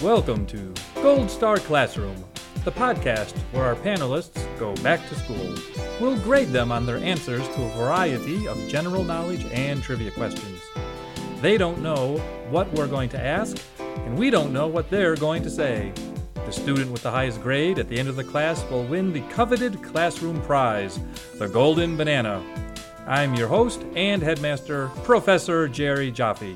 Welcome to Gold Star Classroom, the podcast where our panelists go back to school. We'll grade them on their answers to a variety of general knowledge and trivia questions. They don't know what we're going to ask, and we don't know what they're going to say. The student with the highest grade at the end of the class will win the coveted classroom prize, the Golden Banana. I'm your host and headmaster, Professor Jerry Jaffe.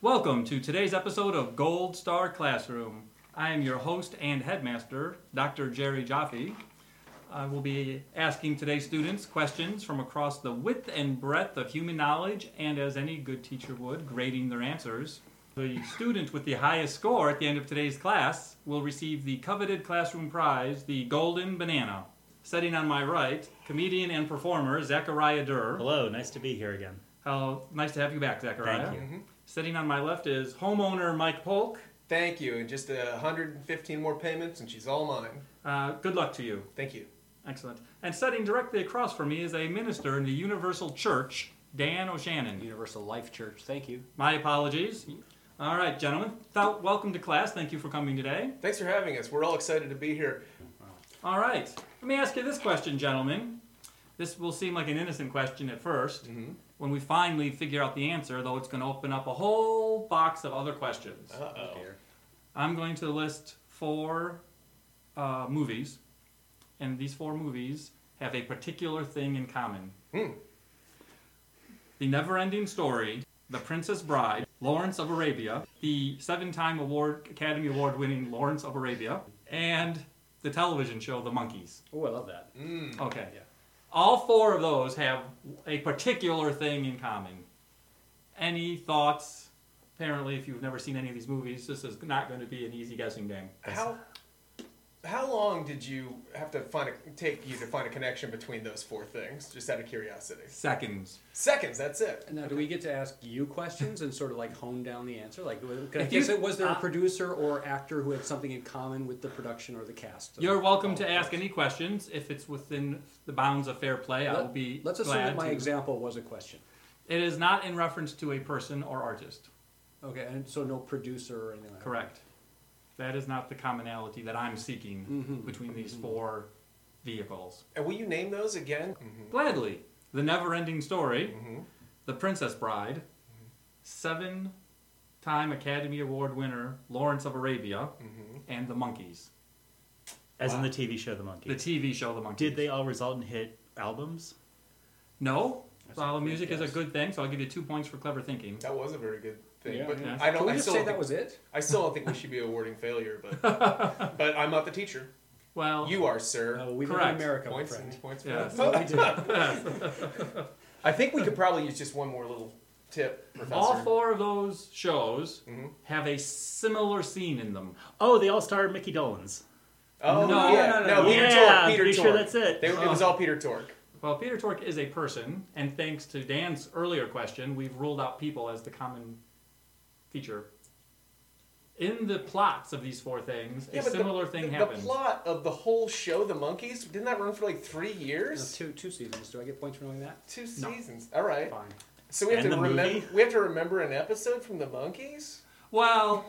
Welcome to today's episode of Gold Star Classroom. I am your host and headmaster, Dr. Jerry Jaffe. I will be asking today's students questions from across the width and breadth of human knowledge, and as any good teacher would, grading their answers. The student with the highest score at the end of today's class will receive the coveted classroom prize, the Golden Banana. Sitting on my right, comedian and performer Zachariah Durr. Hello, nice to be here again. How Oh, nice to have you back, Zachariah. Thank you. Sitting on my left is homeowner Mike Polk. Thank you, and just uh, 115 more payments, and she's all mine. Uh, good luck to you. Thank you. Excellent. And sitting directly across from me is a minister in the Universal Church, Dan O'Shannon. Universal Life Church. Thank you. My apologies. All right, gentlemen. Th- welcome to class. Thank you for coming today. Thanks for having us. We're all excited to be here. All right. Let me ask you this question, gentlemen. This will seem like an innocent question at 1st When we finally figure out the answer, though, it's going to open up a whole box of other questions. Uh oh. I'm going to list four uh, movies, and these four movies have a particular thing in common. Hmm. The Never Ending Story, The Princess Bride, Lawrence of Arabia, the seven time award, Academy Award winning Lawrence of Arabia, and the television show The Monkeys. Oh, I love that. Mm. Okay. Yeah. All four of those have a particular thing in common. Any thoughts? Apparently, if you've never seen any of these movies, this is not going to be an easy guessing game. How how long did you have to find a, take you to find a connection between those four things? Just out of curiosity. Seconds. Seconds. That's it. And now, do we get to ask you questions and sort of like hone down the answer? Like, was- 'cause I If guess you- it was there a uh, producer or actor who had something in common with the production or the cast? You're welcome to ask any questions if it's within the bounds of fair play. I will be Let's assume glad that my to. example was a question. It is not in reference to a person or artist. Okay, and so no producer or anything like Correct. That is not the commonality that I'm seeking Mhm. between these four vehicles. And will you name those again? Mm-hmm, Gladly, the never-ending story. Mm-hmm. The Princess Bride, seven time Academy Award winner Lawrence of Arabia, Mm-hmm. and The Monkeys. As Wow. in the TV show The The Monkeys. TV show The Monkeys. Did they all result in hit albums? No. That's Follow a great music is guess. a good thing, so I'll give you two points for clever thinking. That was a very good thing, Yeah, but yeah. I that. don't. Can we I just still, say don't that think, was it? I still don't think we should be awarding failure, but but I'm not the teacher. Well, You are, sir. No, we live Uh, Correct. in America, my points friend. and points. Yeah. For That's all we do. I think we could probably use just one more little tip, Professor. all four of those shows Mm-hmm. Mhm. have a similar scene in them. Oh, they all star Mickey Dolenz. Oh, No, yeah, no, no, no, no. Peter Yeah, Tork. Peter pretty Tork. sure that's it. They were- It was all Peter Tork. Well, Peter Tork is a person, and thanks to Dan's earlier question, we've ruled out people as the common feature. In the plots of these four things, a similar the, thing the, happens. The plot of the whole show, The Monkeys, didn't that run for like three years? Two two seasons. Do I get points for knowing that? Two No. seasons. All right. Fine. So we have And to the remember. movie? We have to remember an episode from The Monkeys. Well,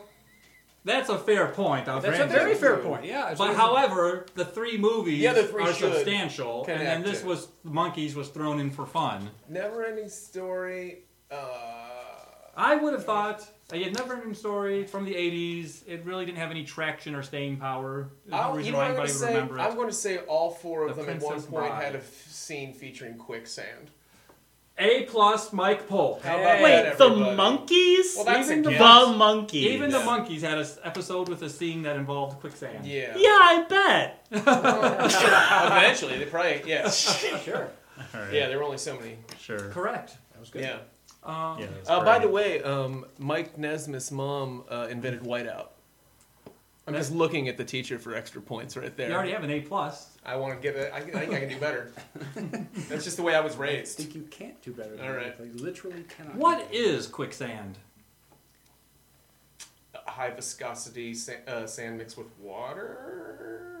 that's a fair point. I'll That's a grant you. very fair True. point. Yeah. it's- But however, the three movies The other three are should substantial, and then connect this it. was Monkeys was thrown in for fun. Never-ending story. Uh, I would have thought uh, a never-ending story from the '80s. It really didn't have any traction or staying power. There's no I'll, reason you know why what I'm going anybody to would say? remember it. I'm going to say all four of The them at one Princess point Bride. had a f- scene featuring quicksand. A plus, Mike Polk. How about Wait, that, The everybody? Monkeys? Well, that's Even a the guess. the Monkeys. Even the Yeah. monkeys had an episode with a scene that involved quicksand. Yeah. Yeah, I bet. Eventually, they probably yeah. Sure. All right, Yeah, there were only so many. sure. Correct. That was good. Yeah. Um, Yeah, that's Uh, by great. the way, um, Mike Nesmith's mom uh, invented whiteout. I'm just looking at the teacher for extra points right there. You already have an A plus. I want to give it. I, I think I can do better. That's just the way I was I raised. think you can't do better. Than All right. that. Like, literally cannot. What is quicksand? High viscosity sa- uh, sand mixed with water.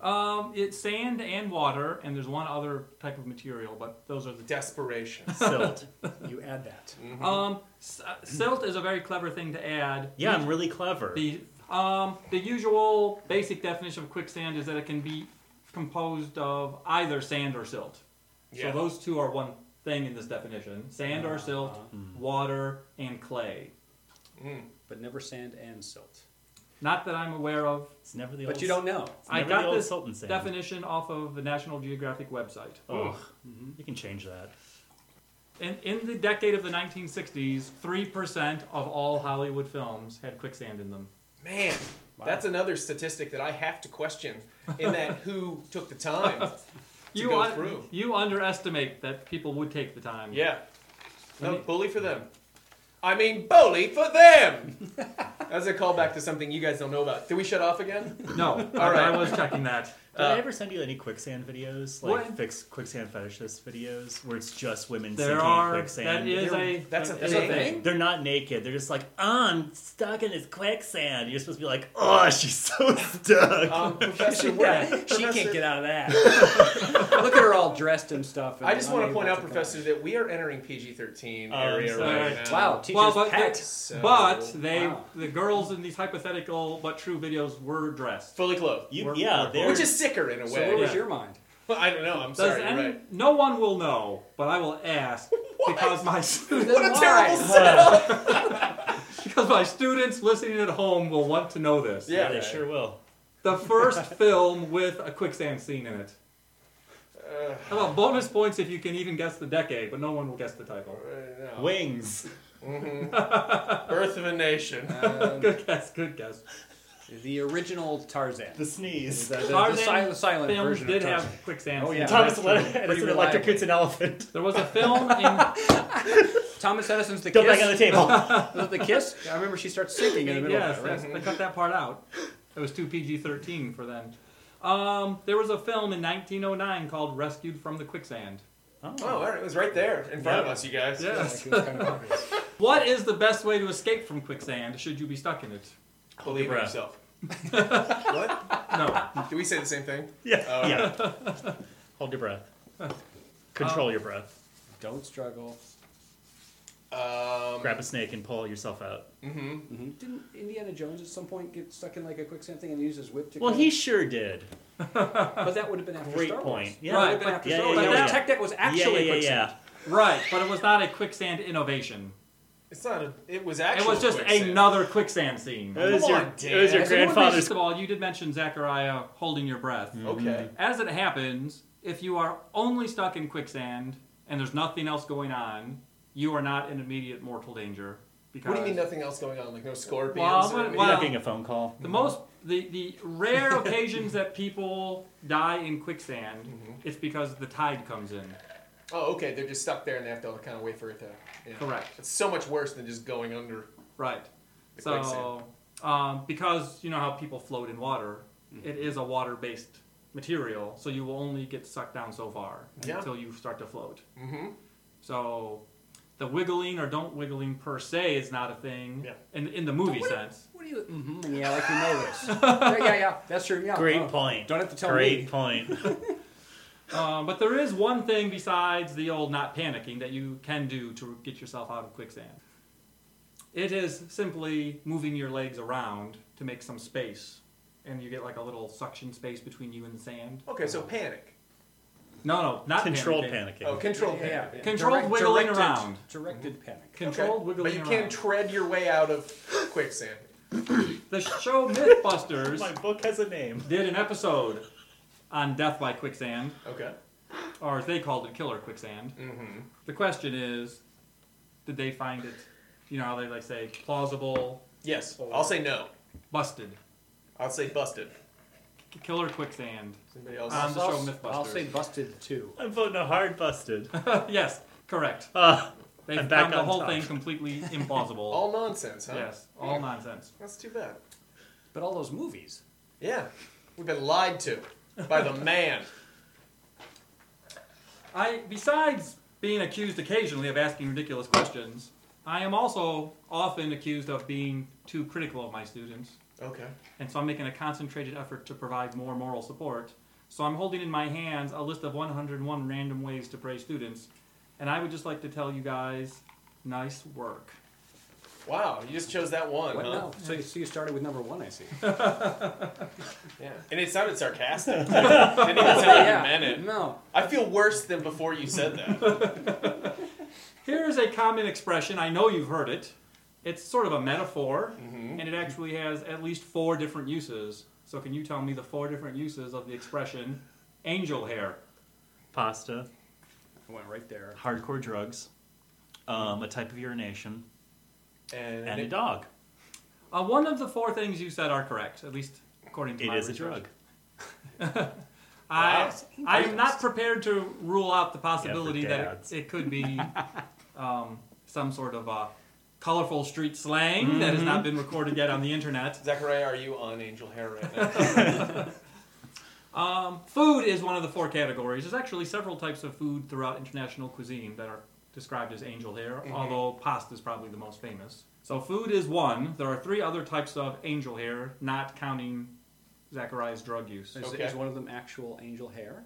Um, it's sand and water, and there's one other type of material, but those are the Desperation. Silt. You add that. Mm. Mm-hmm. Um, s- uh, silt is a very clever thing to add. Yeah, I'm really clever. The Um, the usual basic definition of quicksand is that it can be composed of either sand or silt. Yeah. So those two are one thing in this definition: sand or Uh-huh. Uh, silt, uh, Mm-hmm. water and clay. But never sand and silt. Not that I'm aware of. It's never the old. But you don't know. It's I never got the old this Sultan sand. Oh. definition off of the National Geographic website. Ugh. You can change that. In, in the decade of the 1960s, 3% of all Hollywood films had quicksand in them. Man, that's another statistic that I have to question in that who took the time. To You, go un- through. you underestimate that people would take the time. Yeah. No, Let me- bully for them. I mean, bully for them! That's a callback to something you guys don't know about. Did we shut off again? No, All right. I was checking that. Did Uh, I ever send you any quicksand videos, like What? fix quicksand fetishist videos, where it's just women There sinking are. in quicksand? That is They're- a. That's a that is thing. They're not naked. They're just like, oh, I'm stuck in this quicksand. You're supposed to be like, oh, she's so stuck. Uh-huh. Um, Professor, we're- yeah, she Professor- can't get out of that. Look at her all dressed and stuff. And I just want to unable point out, come. Professor, that we are entering PG 13 Oh, I'm area sorry. right Alright. now. Wow, teacher's Well, but, pet. the, So- but they, Wow. the girls in these hypothetical but true videos were dressed. Fully clothed. You, We're- yeah, we're- they're, Which is sicker in a way. So where was Yeah. your mind? Well, I don't know. I'm Does sorry. any, You're right. No one will know, but I will ask because my students, What a terrible Why? setup! because my students listening at home will want to know this. Yeah. yeah, they sure will. The first film with a quicksand scene in it. Uh, How about bonus points if you can even guess the decade, but no one will guess the title. Oh. no. Wings. Birth of a Nation. Um, Good guess, good guess. the original Tarzan. The sneeze. The, the, the, Tarzan silent, silent Films version did of Tarzan. have quicksand Oh, scenes. yeah. Thomas that's Edison true. Pretty electrocutes reliably. an elephant. There was a film in Thomas Edison's The Go Kiss. back on the table. the, the Kiss. I remember she starts singing in the middle yes, of it. Right? yes, they cut that part out. It was too PG thirteen for then. Um, there was a film in 1909 called "Rescued from the Quicksand." Oh, all right. It was right there in front of Yeah. us, you guys. Yes. Like, it was kind of obvious. What is the best way to escape from quicksand? Should you be stuck in it? Believe in Bruh. yourself. what? No. Do we say the same thing? yeah. Oh. yeah. Hold your breath. Control Oh. your breath. Don't struggle. Um, Grab a snake and pull yourself out. Mm-hmm. Mm-hmm. Didn't Indiana Jones at some point get stuck in like a quicksand thing and use his whip to? Well, cut he it? sure did. But that would have been after Great Star Wars. point. Yeah. That would have been Right. after Yeah, Star yeah, Wars. yeah, But that yeah. tech deck was actually yeah, yeah, quicksand. yeah, Right, but it was not a quicksand innovation. It's not a. It was actually. it was just another quicksand scene. yeah. It was Come your, on, it was your Dad. Everyone grandfather's. First of all, you did mention Zachariah holding your breath. Okay. As it happens, if you are only stuck in quicksand and there's nothing else going on, you are not in immediate mortal danger. Because What do you mean nothing else going on? Like no scorpions? Well, or what- anything? You're well- not getting a phone call. The most, the, the rare occasions that people die in quicksand, Mm-hmm. it's because the tide comes in. oh, okay. They're just stuck there and they have to kind of wait for it to. Yeah. Correct. It's so much worse than just going under. Right. The So, um, because you know how people float in water, Mm-hmm. it is a water-based material, so you will only get sucked down so far Yeah. until you start to float. Mm-hmm. So, the wiggling or don't wiggling per se is not a thing Yeah. in in the movie But what- sense. What do you? Mm-hmm, yeah, like you know this. yeah, yeah, yeah. That's true. Yeah. Great oh. point. Don't have to tell Great me. point. Um, but there is one thing besides the old not panicking that you can do to get yourself out of quicksand. It is simply moving your legs around to make some space, and you get like a little suction space between you and the sand. Okay, so panic. No, no, not Controlled panicking. panicking. Oh, control Yeah, yeah, panic. yeah. Controlled wiggling directed, around. Directed panic. Okay. Controlled wiggling But you around. can tread your way out of quicksand. the show MythBusters My book has a name. did an episode on death by quicksand, Okay. or as they called it, killer quicksand. Mm-hmm. The question is, did they find it? You know how they like say plausible, Yes. I'll say no. busted, I'll say busted. K- killer quicksand. Somebody else. Um, On the show I'll, I'll Mythbusters. say busted too. I'm voting a hard busted. yes, correct. Uh, They I'm found back the on whole top. thing completely implausible. all nonsense, huh? yes, all nonsense. That's too bad. But all those movies. Yeah. We've been lied to by the man. I, besides being accused occasionally of asking ridiculous questions, I am also often accused of being too critical of my students. Okay. And so I'm making a concentrated effort to provide more moral support. So I'm holding in my hands a list of 101 random ways to praise students. And I would just like to tell you guys, nice work. Wow, you just chose that one, What? huh? No. So you, so you started with number one, I see. Yeah. And it sounded sarcastic. too. Didn't even sound like you meant it. No. I feel worse than before you said that. Here is a common expression. I know you've heard it. It's sort of a metaphor, and it actually has at least four different uses. So, can you tell me the four different uses of the expression angel hair? Pasta, I went right there. hardcore drugs, um, a type of urination, And, and a it- dog. Uh, one of the four things you said are correct, at least according to It my is a research. drug. I, Wow. I am not prepared to rule out the possibility that dads. it, it could be um, some sort of uh, colorful street slang that has not been recorded yet on the internet. Zachariah, are you on angel hair right now? Um, food is one of the four categories. There's actually several types of food throughout international cuisine that are described as angel hair, Mm-hmm. although pasta is probably the most famous. So food is one. There are three other types of angel hair, not counting Zachariah's drug use. Is, Okay. is one of them actual angel hair?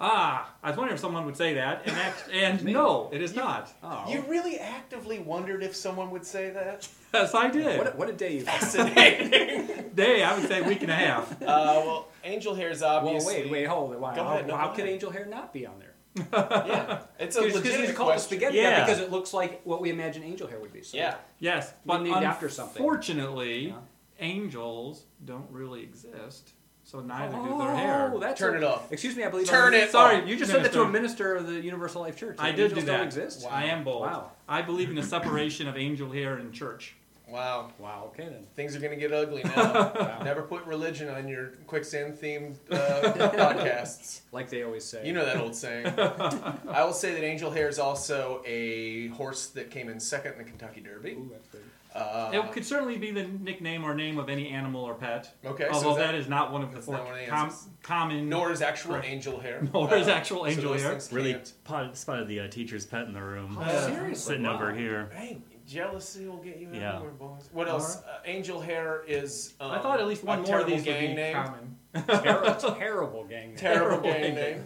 Ah, I was wondering if someone would say that, and, act- and no, it is not. Oh. you really actively wondered if someone would say that? Yes, I did. what, a, what a day you've had. Fascinating. Day, I would say week and a half. uh, well, angel hair is Well, obviously. wait, wait, hold it. Why, Go how, ahead, no, how go can ahead. angel hair not be on there? Yeah. It's a Because you legitimate call it question. spaghetti Yeah. because it looks like what we imagine angel hair would be. So Yeah. Yes, We but named after something. Fortunately, Yeah. angels don't really exist, so neither Oh, do their hair. That's Turn a- it off. Excuse me, I believe. Turn I'm, it Sorry, off. you just said that to a minister of the Universal Life Church. I did Angels do that. Don't exist. I am bold. Wow. I believe in the separation of angel hair and church. Wow. Wow. Okay then. Things are going to get ugly now. Never put religion on your quicksand themed uh, podcasts. Like they always say. You know that old saying. I will say that angel hair is also a horse that came in second in the Kentucky Derby. Ooh, that's good. Uh, it could certainly be the nickname or name of any animal or pet. Okay, so although is that- Oh, that is not one of the that's four not one of the com- answers. common. nor is actual Correct. angel hair. Uh, Nor is actual so angel those hair. things Really can't- pot- spotted the uh, teacher's pet in the room. Oh, Uh, seriously? Sitting Wow. over here. Hey, jealousy will get you Yeah. everywhere, boys. What else? Uh, angel hair is. Um, I thought at least a one more of terrible these would gang be name. common. terrible, terrible gang. name. Terrible Terrible gang gang name.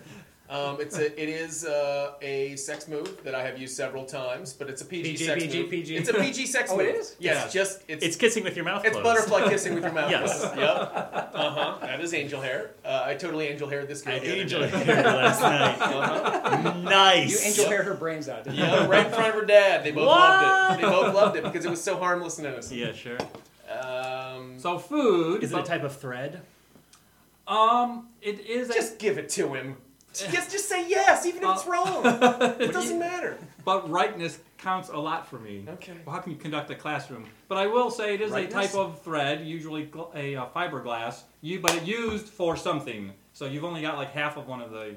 Um, it's a, it is uh, a sex move that I have used several times, but it's a PG, PG, sex PG, move. PG. It's a PG sex Oh, move. it is? Yes, Yeah. just it's It's kissing with your mouth It's closed. butterfly kissing with your mouth. Yes. closed. Yep. Uh huh. That is angel hair. Uh, I totally angel hair this girl. I the other angel day. hair last night. Uh-huh. nice. You angel hair her brains out. Didn't you? Yeah, right in front of her dad. They both loved it. They What? both loved it because it was so harmless and innocent. Yeah, sure. Um, So food. Is it a but- type of thread? um, it is a- just give it to him. Just, just say yes, even if it's wrong. It doesn't matter. But rightness counts a lot for me. Okay. Well, how can you conduct a classroom? But I will say it is a Rightness? type of thread, usually gl- a uh, fiberglass, you but it used for something. So you've only got like half of one of the.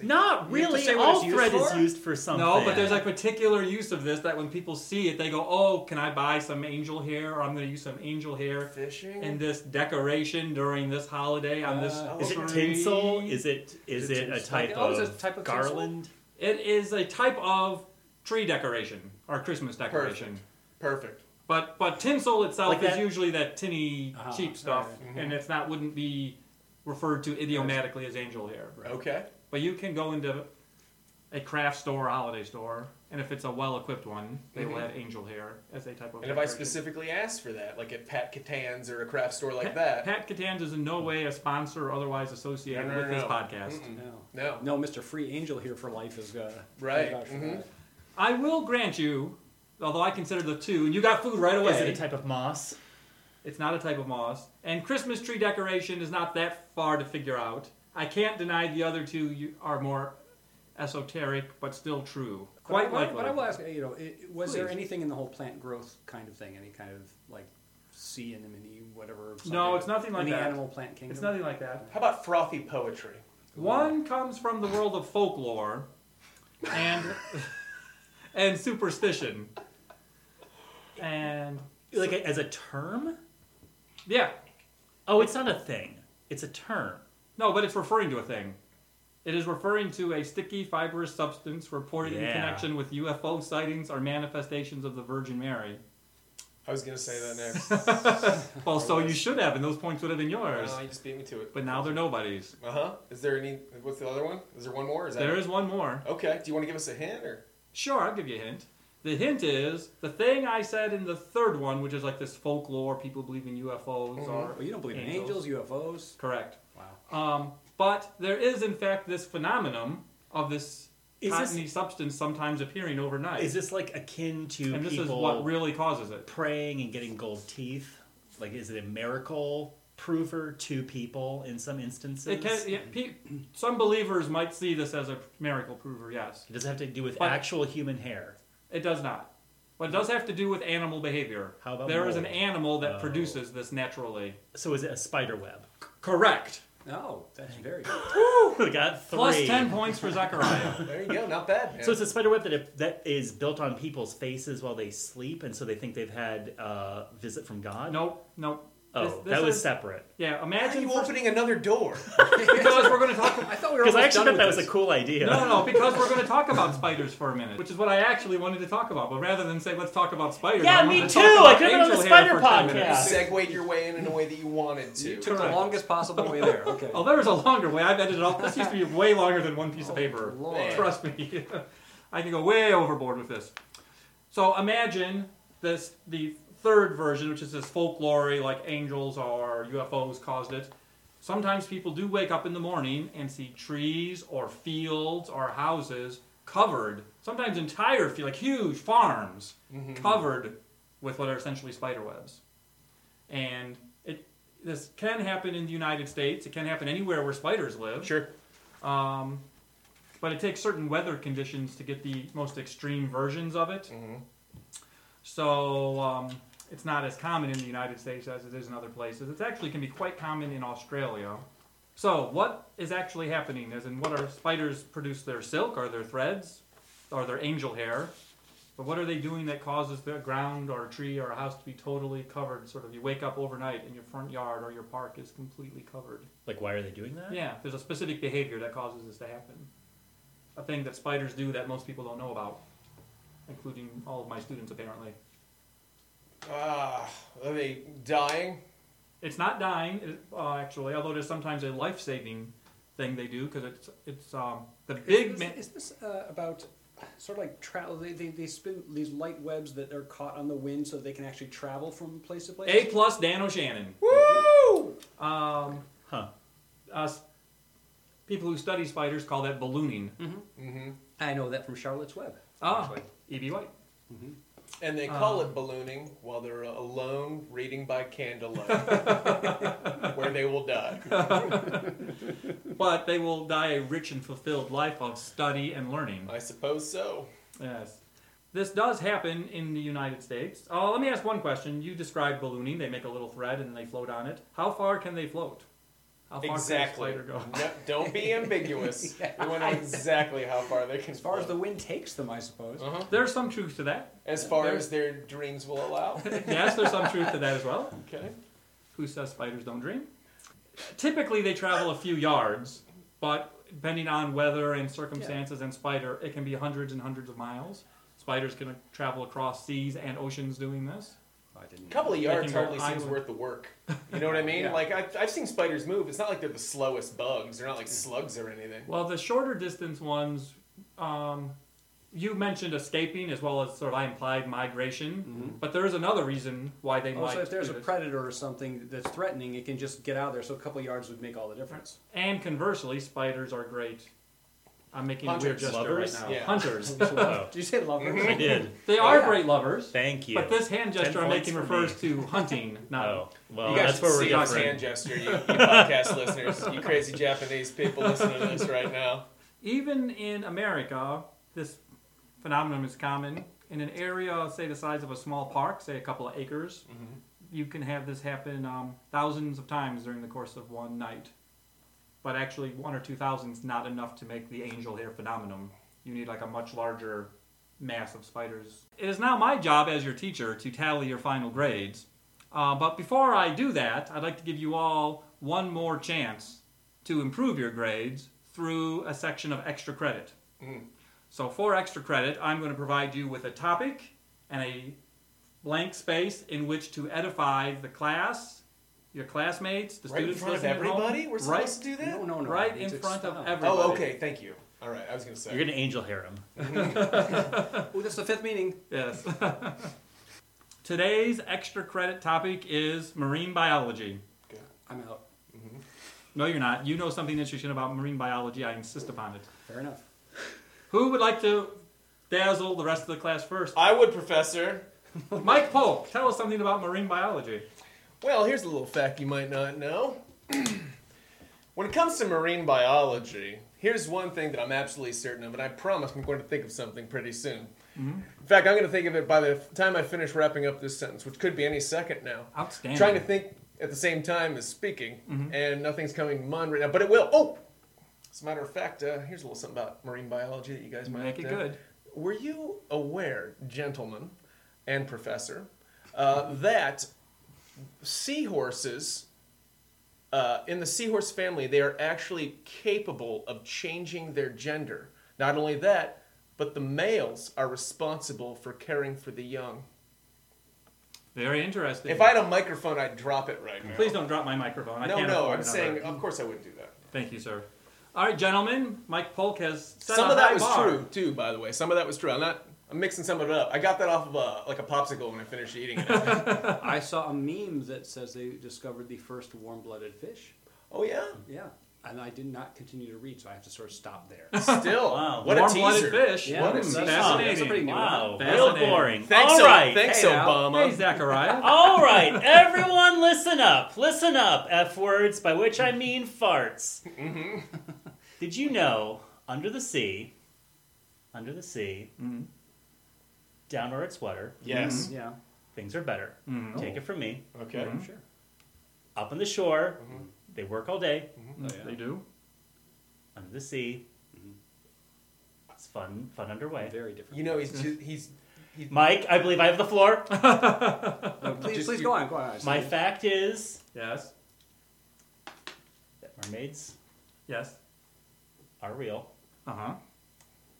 Not You have to really. say what All it's used thread is for? used for something. No, but there's a particular use of this that when people see it, they go, "Oh, can I buy some angel hair? Or I'm going to use some angel hair Fishing. in this decoration during this holiday on this." Uh, Is it tree." tinsel? Is it is it it a tinsel? type Oh, is it of a type of tinsel? garland? It is a type of tree decoration or Christmas decoration. Perfect. But but tinsel itself Like is that- usually that tinny Ah, cheap stuff, alright. and it's not wouldn't be referred to idiomatically as angel hair. Okay. But you can go into a craft store, or holiday store, and if it's a well-equipped one, they will Mhm. have angel hair as a type of. And if I decoration. specifically asked for that, like at Pat Catan's or a craft store Pat- like that, Pat Catanz is in no way a sponsor or otherwise associated No, no, with no, this no. podcast. No. no. No, Mr. Free Angel here for life is uh, Right, vouch for mhm. that. I will grant you, although I consider the two, and you got food right away. Is it a type of moss? It's not a type of moss. And Christmas tree decoration is not that far to figure out. I can't deny the other two you- are more esoteric, but still true. Quite but I, likely. will- But I will ask, uh, you know, i was there Please. anything in the whole plant growth kind of thing? Any kind of like sea anemone, whatever? No, it's nothing like in that. the animal plant kingdom. It's nothing like that. How about frothy poetry? One comes from the world of folklore and and superstition. And Like a, as a term? yeah, Oh, it's not a thing. It's a term. no, but it's referring to a thing. It is referring to a sticky fibrous substance reported in Yeah. connection with UFO sightings or manifestations of the Virgin Mary. I was going to say that next. Well, so you should have, and those points would have been yours. No, Uh, you just beat me to it. But now they're nobody's. Uh huh. Is there any? What's the other one? Is there one more? Is that There it? is one more. Okay. Do you want to give us a hint or? Sure, I'll give you a hint. The hint is the thing I said in the third one, which is like this folklore, people believe in UFOs Mm-hmm. are. Well, you don't believe Angels. in angels, UFOs. Correct. Wow. Um, but there is, in fact, this phenomenon of this Is this- cottony substance sometimes appearing overnight. Is this like akin to and this people is what really causes it. praying and getting gold teeth? Like, is it a miracle prover to people in some instances? It can, yeah, pe- some believers might see this as a miracle prover, yes. It doesn't have to do with But- actual human hair. It does not. But it does have to do with animal behavior. How about There is an mold? animal that Oh. produces this naturally. So is it a spider web? Correct. No, Oh, that's very. We got three. Plus 10 points for Zechariah. There you go. Not bad. Man. So it's a spider web that that is built on people's faces while they sleep, and so they think they've had a visit from God. nope, nope. oh, This- this that was is- separate. Yeah, Why are imagine. you for- opening another door? because we're going to talk. I thought we were Because I almost actually done thought that with was a cool idea. No, no, because we're going to talk about spiders for a minute, which is what I actually wanted to talk about. But rather than say let's talk about spiders, Yeah, I wanted me to too. Talk about I could've been on the angel hair spider for 10 minutes. podcast. Segwayed your way in in a way that you wanted this. You to. took the Correct. longest possible way there. Okay. Oh, there was a longer way. I've edited all. This used to be way longer than one Oh, piece of paper. Lord. Trust me, I can go way overboard with this. So imagine this the third version, which is this folklore, like angels or UFOs caused it. Sometimes people do wake up in the morning and see trees or fields or houses covered, sometimes entire field, like huge farms, covered with what are essentially spider webs. And it this can happen in the United States. It can happen anywhere where spiders live. Sure. Um, but it takes certain weather conditions to get the most extreme versions of it. Mm-hmm. So um, it's not as common in the United States as it is in other places. It actually can be quite common in Australia. So what is actually happening? As in, what are spiders produce their silk? Are their threads? Are their angel hair? But what are they doing that causes the ground or a tree or a house to be totally covered? Sort of, you wake up overnight and your front yard or your park is completely covered. Like, why are they doing that? Yeah, there's a specific behavior that causes this to happen. A thing that spiders do that most people don't know about, including all of my students apparently. Ah, are they dying? It's not dying, it, uh, actually, although it is sometimes a life-saving thing they do because it's it's um, the big Is man. this, is this uh, about sort of like travel? They, they, they spin these light webs that are caught on the wind so they can actually travel from place to place. A plus Dan O'Shannon. Woo! Um, Huh. us people who study spiders call that ballooning. I know that from Charlotte's Web. Ah, actually. E.B. White. And they call it ballooning while they're alone reading by candlelight, where they will die. But they will die a rich and fulfilled life of study and learning. I suppose so. Yes. This does happen in the United States. Uh, let me ask one question. You described ballooning. They make a little thread and they float on it. How far can they float? How far Exactly. can a spider go? No, don't be ambiguous. We want to know exactly how far they can. As far as the wind takes them, I suppose. uh There's some truth to that. as far as their dreams will allow. Yes, there's some truth to that as well. Okay. Who says spiders don't dream? Typically, they travel a few yards, but depending on weather and circumstances and spider, it can be hundreds and hundreds of miles. Spiders can travel across seas and oceans doing this. I A didn't. couple of yards They can go hardly seems island. worth the work. You know what I mean? Yeah. Like I've, I've seen spiders move. It's not like they're the slowest bugs. They're not like slugs or anything. Well, the shorter distance ones, um, you mentioned escaping as well as sort of I implied migration, but there is another reason why they might. Mm-hmm. Also, if there's do a this. predator or something that's threatening, it can just get out of there. So a couple yards would make all the difference. and conversely, spiders are great. I'm making a weird Hunters, gesture lovers, right now. yeah. Hunters. Oh, Did you say lover? I did. They are Yeah. great lovers, Thank you. but this hand Ten gesture I'm points making for me. refers to hunting, not. Oh, well, you guys that's should where we're see his different. hand gesture, you, you podcast listeners, you crazy Japanese people listening to this right now. Even in America, this phenomenon is common. In an area, say the size of a small park, say a couple of acres, Mm-hmm. you can have this happen um, thousands of times during the course of one night. But actually, one or two thousand is not enough to make the angel hair phenomenon. You need like a much larger mass of spiders. It is now my job as your teacher to tally your final grades. Uh, but before I do that, I'd like to give you all one more chance to improve your grades through a section of extra credit. Mm-hmm. So, for extra credit, I'm going to provide you with a topic and a blank space in which to edify the class, your classmates, the Right in students front of listening at home. everybody? We're right, supposed to do that? No, no, no. right I in need to front of expound. everybody. Oh, okay. Thank you. All right, I was gonna say. You're gonna angel hair him. Oh, that's the fifth meaning. Yes. Today's extra credit topic is marine biology. I'm out. No, you're not. You know something interesting about marine biology. I insist upon it. Fair enough. Who would like to dazzle the rest of the class first? I would, Professor. Mike Polk, tell us something about marine biology. Well, here's a little fact you might not know. when it comes to marine biology, here's one thing that I'm absolutely certain of, and I promise I'm going to think of something pretty soon. Mm-hmm. In fact, I'm going to think of it by the time I finish wrapping up this sentence, which could be any second now. Outstanding. trying to think at the same time as speaking, Mm-hmm. and nothing's coming to mind right now, but it will. Oh! As a matter of fact, uh, here's a little something about marine biology that you guys might Make it uh, good. Were you aware, gentlemen and professor, uh, that seahorses, uh, in the seahorse family, they are actually capable of changing their gender? Not only that, but the males are responsible for caring for the young. Very interesting. If I had a microphone, I'd drop it right now. Please don't drop my microphone. I No, can't no, afford I'm another. saying, of course I wouldn't do that. Thank you, sir. All right, gentlemen. Mike Polk has set Some a of that high was bar. true too, by the way. Some of that was true. I'm not. I'm mixing some of it up. I got that off of uh, like a popsicle when I finished eating it. I saw a meme that says they discovered the first warm-blooded fish. oh yeah. Yeah, and I did not continue to read, so I have to sort of stop there. Still, Wow. what a Warm-blooded teaser. fish. Mm, Yeah, What a that's- teaser. that's a Fascinating. pretty new Wow, one. real Fascinating. boring. Thanks, All O- right, thanks Hey, now. Obama. Hey, Zachariah. all right, everyone, listen up, listen up. F words, by which I mean farts. Did you know under the sea, under the sea, Mhm. down where it's wetter, Yes. Yeah, things are better. Mhm. Oh, Take it from me. Okay. Mhm. sure. Up on the shore, they work all day. Oh, yeah. They do. Under the sea, it's fun, fun underway. Very different. You know he's ju- he's. he- Mike, I believe I have the floor. Oh, please, Just please you- go on, go on. My fact is Yes. that mermaids Yes. are real, Uh huh.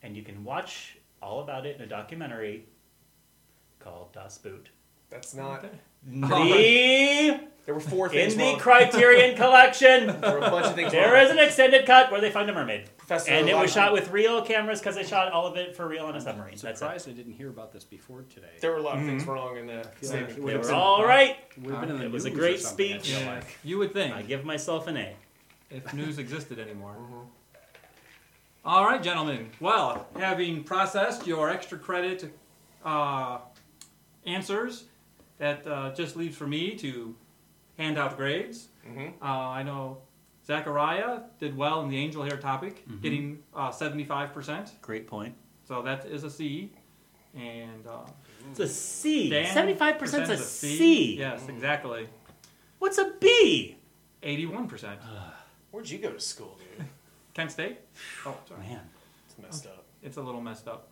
and you can watch all about it in a documentary called Das Boot. That's not. Oh, The There were four things in the wrong. Criterion collection. there were a bunch of things There wrong. is an extended cut where they find a mermaid, Professor and it was Obama. shot with real cameras because they shot all of it for real on a submarine. That's it. Surprised I didn't hear about this before today. There were a lot of things wrong in that. feel statement. like They It's were a- all right. We've been in the It was a news or great something, I speech. feel like. You would think. I give myself an A. if news existed anymore. All right, gentlemen. Well, having processed your extra credit uh, answers, that uh, just leaves for me to hand out grades. Mhm. Uh, I know Zachariah did well in the angel hair topic, getting uh, 75%, Great point. so that is a C. And uh, It's a C. Dan Seventy-five percent's a is C. Yes, exactly. What's a B? 81%. Where'd you go to school, dude? Kent State? Oh, sorry. Man, It's messed up. it's a little messed up.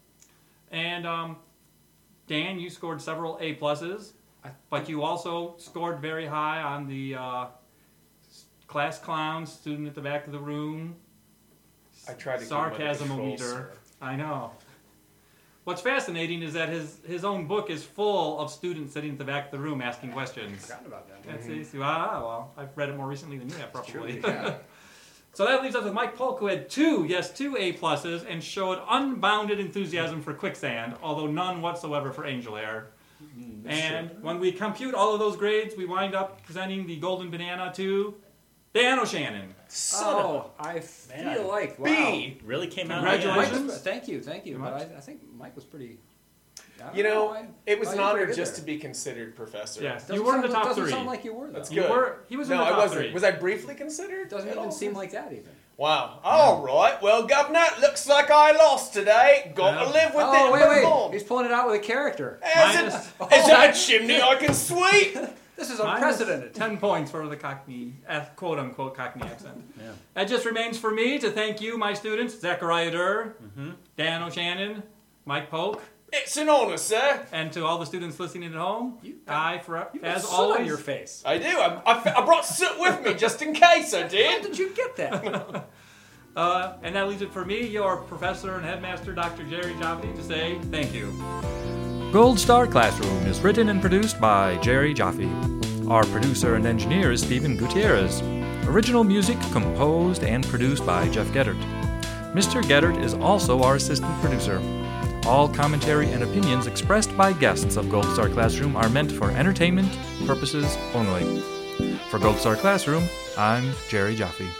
And um, Dan, you scored several A pluses, I- but you also scored very high on the uh, s- class clown student at the back of the room. I tried to keep him under control, sarcasm-o-meter. sir. I know. What's fascinating is that his his own book is full of students sitting at the back of the room asking questions. Forgotten about that. That's easy. Ah, well, I've read it more recently than you have, probably. Surely, yeah. So that leaves us with Mike Polk, who had two, yes, two A pluses, and showed unbounded enthusiasm for quicksand, although none whatsoever for angel air. and when we compute all of those grades, we wind up presenting the golden banana to Dan O'Shannon. Son of Oh, I feel Man. like wow. B. really came out. Congratulations. Mike was- thank you, thank you. You're But I, welcome. I think Mike was pretty. I don't You know, I- it was I an think honor we're just to there. be considered, Professor. Yes, Doesn't you were in sound- the top doesn't three. sound like you were though. That's You good. were- he was in no, the I top wasn't. three. Was I briefly considered? Doesn't at even all? seem like that even. Wow. All right. Well, Governor, looks like I lost today. Got Yeah. to live with oh it. wait, and wait! Oh. move on. He's pulling it out with a character. Is, it, Minus- is that a chimney I can sweep? This is Minus unprecedented. Ten points for the Cockney, eh, quote unquote Cockney accent. Yeah. That just remains for me to thank you, my students, Zachariah Durr, Mm-hmm. Dan O'Shannon, Mike Polk, It's an honour, sir. and to all the students listening at home. You- I, for, You've got as soot always, on your face. I do. I, I, I brought soot with me just in case I How did. did you get that? Uh, and that leaves it for me, your professor and headmaster, Dr. Jerry Jaffe, to say thank you. Gold Star Classroom is written and produced by Jerry Jaffe. Our producer and engineer is Stephen Gutierrez. Original music composed and produced by Jeff Geddard. Mr. Geddard is also our assistant producer. All commentary and opinions expressed by guests of Gold Star Classroom are meant for entertainment purposes only. For Gold Star Classroom, I'm Jerry Jaffe.